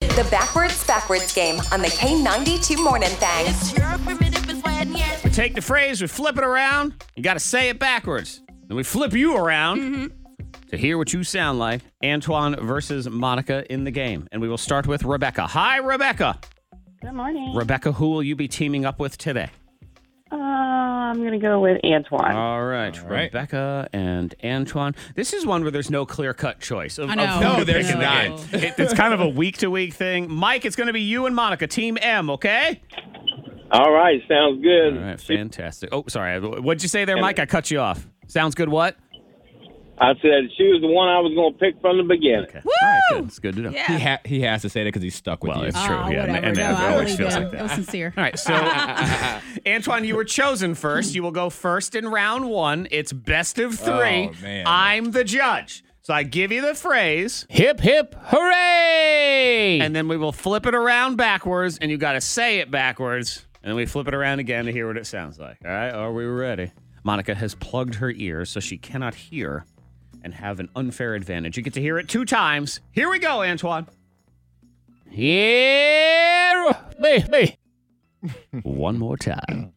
The Backwards Backwards Game on the K92 Morning Thing. We take the phrase, we flip it around. You got to say it backwards. Then we flip you around Mm-hmm. to hear what you sound like. Antoine versus Monica in the game. And we will start with Rebecca. Hi, Rebecca. Good morning. Rebecca, who will you be teaming up with today? Uh, I'm gonna go with Antoine. All right, Rebecca and Antoine. This is one where there's no clear cut choice. Of, I of know. who No, to there's pick in the not. game. It- it's kind of a week to week thing. Mike, it's going to be you and Monica, Team M, okay? All right, sounds good. All right, fantastic. Oh, sorry. What'd you say there, Mike? I cut you off. Sounds good, what? I said she was the one I was going to pick from the beginning. Woo! All right, good. It's good to know. Yeah. He, ha- he has to say that because he's stuck with Well, you. it's Ah, true. yeah, and- whatever. and No, that I always really feels did. like that. It was sincere. All right, so Antoine, you were chosen first. You will go first in round one. It's best of three. Oh, man. I'm the judge. So I give you the phrase, hip hip hooray! and then we will flip it around backwards, and you got to say it backwards, and then we flip it around again to hear what it sounds like. All right, are we ready? Monica has plugged her ears so she cannot hear and have an unfair advantage. You get to hear it two times. Here we go, Antoine. yeah, me me One more time.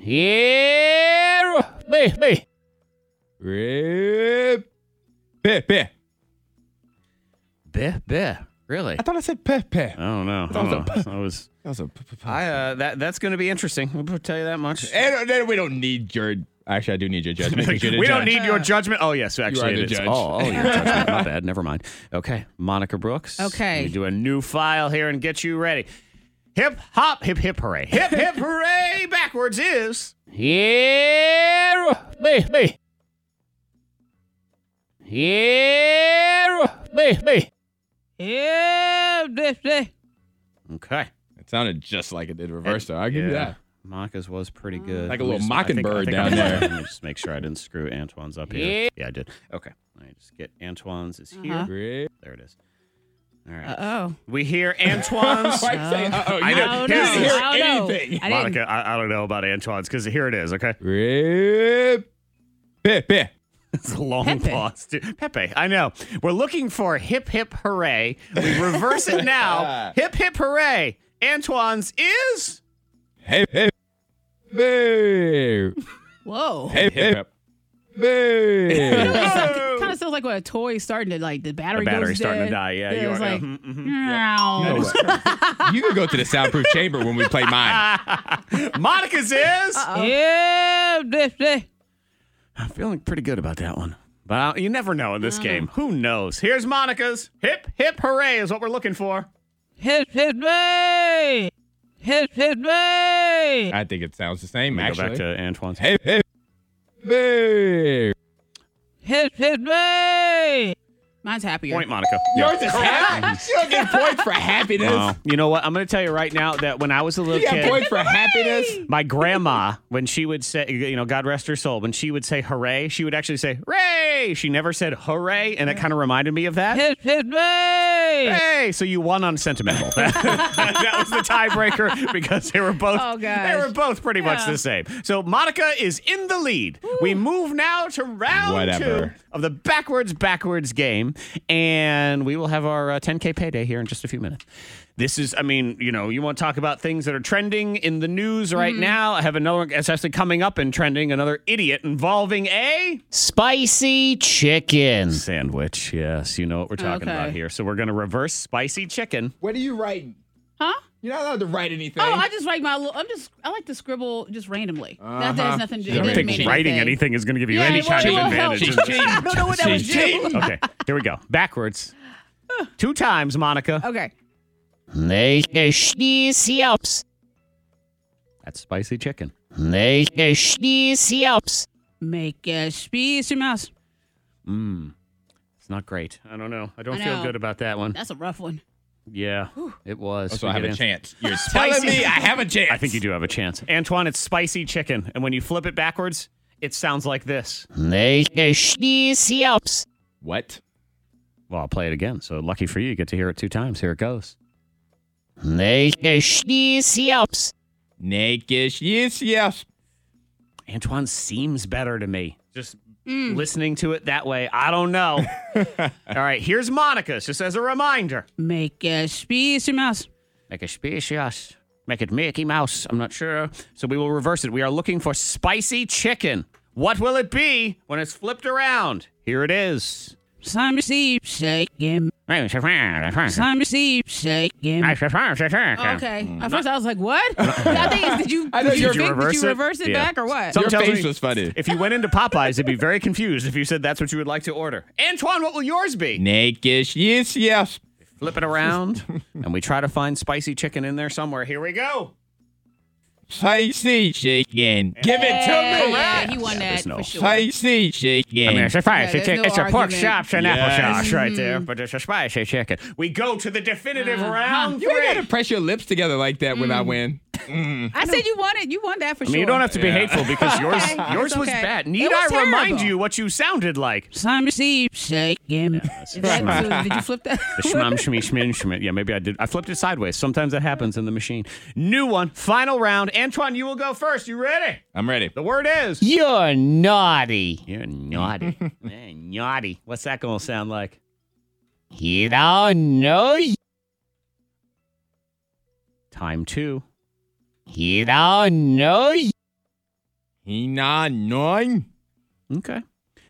yeah, me Oh. me. Rip, peh peh. Beh, beh. Really? I thought I said peh peh. I don't know. I That was a- don't know. I was. That was a. p- p- p- I uh, that that's going to be interesting. I'll tell you that much. And uh, then we don't need your. Actually, I do need your judgment. 'cause you're the we don't judge. need your judgment. Oh yes, are actually the it is. judge. Oh, oh, your judgment. My bad. Never mind. Okay, Monica Brooks. Okay. Let me do a new file here and get you ready. Hip hop, hip hip hooray, hip hip hooray. Backwards is Yeah, me me. Yeah, me me. Yeah, this, this. okay. It sounded just like it did reverse, though. I'll give you that. Monica's was pretty good. Like a Let me little just- I think- I mockingbird think down I'm- there. Let me just make sure I didn't screw Antoine's up here. Yeah. Uh-huh. Yeah, I did. Okay. Let me just get Antoine's is here. Rip. There it is. All right. Uh-oh. We hear Antoine's. Why'd you say, uh-oh? You I know. didn't Here's- Oh, no. here's Oh, no. anything. I didn't. Monica, I, I don't know about Antoine's because here it is, okay? Rip. Peh, peh. It's a long Pepe. pause. Dude. Pepe, I know. We're looking for hip hip hooray. We reverse it now. hip hip hooray. Antoine's is Hey, hey. Boo. Whoa. Hey, hey. Boo. Kind of sounds like when a toy starting to like the the battery. battery's goes starting to dead. die. Yeah, it you was are. like, Mhm, mhm. meow. you can go to the soundproof chamber when we play mine. Monica's is. Yeah, this, this. I'm feeling pretty good about that one. But I- you never know in Uh-huh. this game. Who knows? Here's Monica's. Hip hip hooray is what we're looking for. His, his way. His, his way. I think it sounds the same, Let me actually. go back to Antoine's. Hey, hey. Boo. His, his way. Mine's happier. Point, Monica. Yours is happy. You don't get points for happiness. Oh, you know what? I'm going to tell you right now that when I was a little You got kid, points for happiness. my grandma, when she would say, you know, God rest her soul, when she would say hooray, she would actually say hooray. She never said hooray, and that kind of reminded me of that. His, his way. Hey, so you won on sentimental. that, was the tiebreaker because they were both Oh, gosh. they were both pretty much Yeah. the same. So Monica is in the lead. We move now to round Whatever. two of the backwards backwards game, and we will have our uh, 10k payday here in just a few minutes. This is, I mean, you know, you want to talk about things that are trending in the news right Mm-hmm. now. I have another one that's actually coming up and trending. Another idiot involving a spicy chicken sandwich. Yes, you know what we're talking Okay. about here. So we're going to reverse spicy chicken. What are you writing? Huh? You're not allowed to write anything. Oh, I just write my little. I'm just. I like to scribble just randomly. That, that Uh-huh. has nothing to do. I it don't doesn't think mean writing anything is going to give you Yeah, any it kind of won't- it won't advantage. help. in this. I don't know what that was. doing. okay, here we go. Backwards. Two times, Monica. Okay. That's spicy chicken. Make a speech mouse. Mmm. It's not great. I don't know. I don't I feel know. good about that one. That's a rough one. Yeah, it was. Oh, so I have Forget a it. chance. You're telling me I have a chance. I think you do have a chance. Antoine, it's spicy chicken. And when you flip it backwards, it sounds like this. What? Well, I'll play it again. So lucky for you, you get to hear it two times. Here it goes. Naked. Yes, yes. Antoine seems better to me. Just Mm. listening to it that way. I don't know. All right, here's Monica's, just as a reminder. Make a species mouse. Make a specious. Make it Mickey Mouse. I'm not sure. So we will reverse it. We are looking for spicy chicken. What will it be when it's flipped around? Here it is. Some sheep shake him. Okay. Some sheep shake him. okay. At first, I was like, "What?" I think it's, did you? I know did you, you're- think, Did you Mm. reverse did you it? reverse it Yeah. back or what? Some- Your tells face me- was funny. If you went into Popeyes, they'd be very confused if you said that's what you would like to order. Antoine, what will yours be? Naked. Yes, yes. Flip it around, and we try to find spicy chicken in there somewhere. Here we go. Spicy chicken. Give it yeah, to me. yeah, he won that There's no- for sure. Spicy I mean, chicken. it's a spicy Yeah, there's chicken. no it's a pork argument. Mm-hmm. chops and Yes. apple sauce right there, but it's a spicy chicken. We go to the definitive Uh-huh. round You three. ain't gotta press your lips together like that Mm. when I win. I said you won it. You won that for I sure. mean, you don't have to be hateful because yours Okay, yours it's was okay. bad. It Need was I remind terrible. you what you sounded like? Some sheep shake him. Is that- so did you flip that? The shmam shmi shmin shmin. Yeah, maybe I did. I flipped it sideways. Sometimes that happens in the machine. New one, final round. Antoine, you will go first. You ready? I'm ready. The word is. You're naughty. You're naughty. Man, naughty. What's that gonna sound like? You don't know. Time two. You don't know. He not knowing. Okay.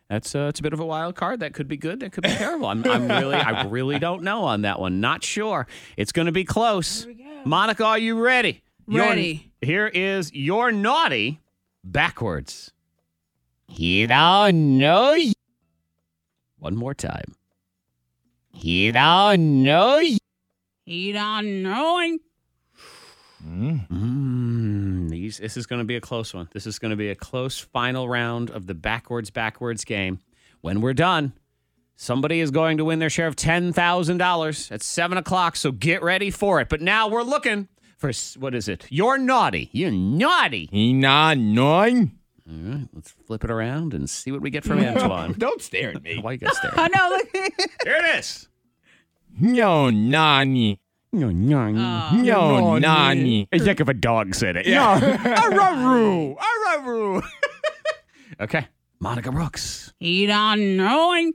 That's uh, it's a bit of a wild card. That could be good. That could be terrible. I'm, I'm really, I really don't know on that one. Not sure. It's going to be close. Monica, are you ready? Your- Ready. here is your naughty backwards. You don't know. y- One more time. You don't know. y- He don't knowing. Mm, these, this is going to be a close one. This is going to be a close final round of the backwards backwards game. When we're done, somebody is going to win their share of ten thousand dollars at seven o'clock. So get ready for it. But now we're looking for s- what is it? You're naughty. You're naughty. He not knowing. All right, let's flip it around and see what we get from Antoine. Don't stare at me. Why you guys there? I know. Look. Here it is. Yo, nani. You're naughty. Yo, Oh, nani. It's like if a dog said it. Araru. Okay. Monica Brooks. He don't knowing.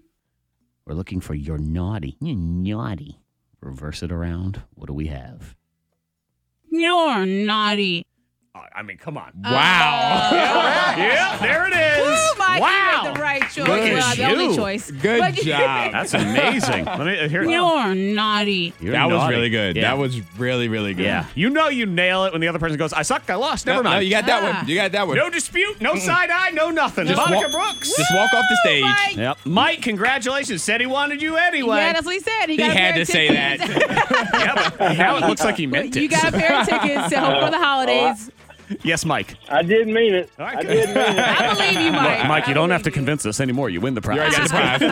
We're looking for your naughty. You're naughty. Reverse it around. What do we have? You're naughty. Oh, I mean, come on. Wow. yeah, there it is. Oh my wow. God, the right choice. Look at well, the you. only choice. Good But you- job. That's amazing. Let me hear You're naughty. You're That was naughty. really good. Yeah. That was really, really good. Yeah. You know you nail it when the other person goes, I suck, I lost. Never No, mind. no, you got that one. You got that one. No dispute, no side eye, no nothing. Just Monica walk- Brooks. Just walk off the stage. Mike. Yep. Mike, congratulations. Said he wanted you anyway. Yeah, that's what he said. He He, got a had pair to of say tickets. that. Yeah, but now it looks like he meant You it. got a pair of tickets to hope for the holidays. yes, Mike. I didn't mean it. All right, I good. didn't mean it. I believe you, Mike. Mike, I you don't have to believe you. convince us anymore. You win the prize. You already got the prize.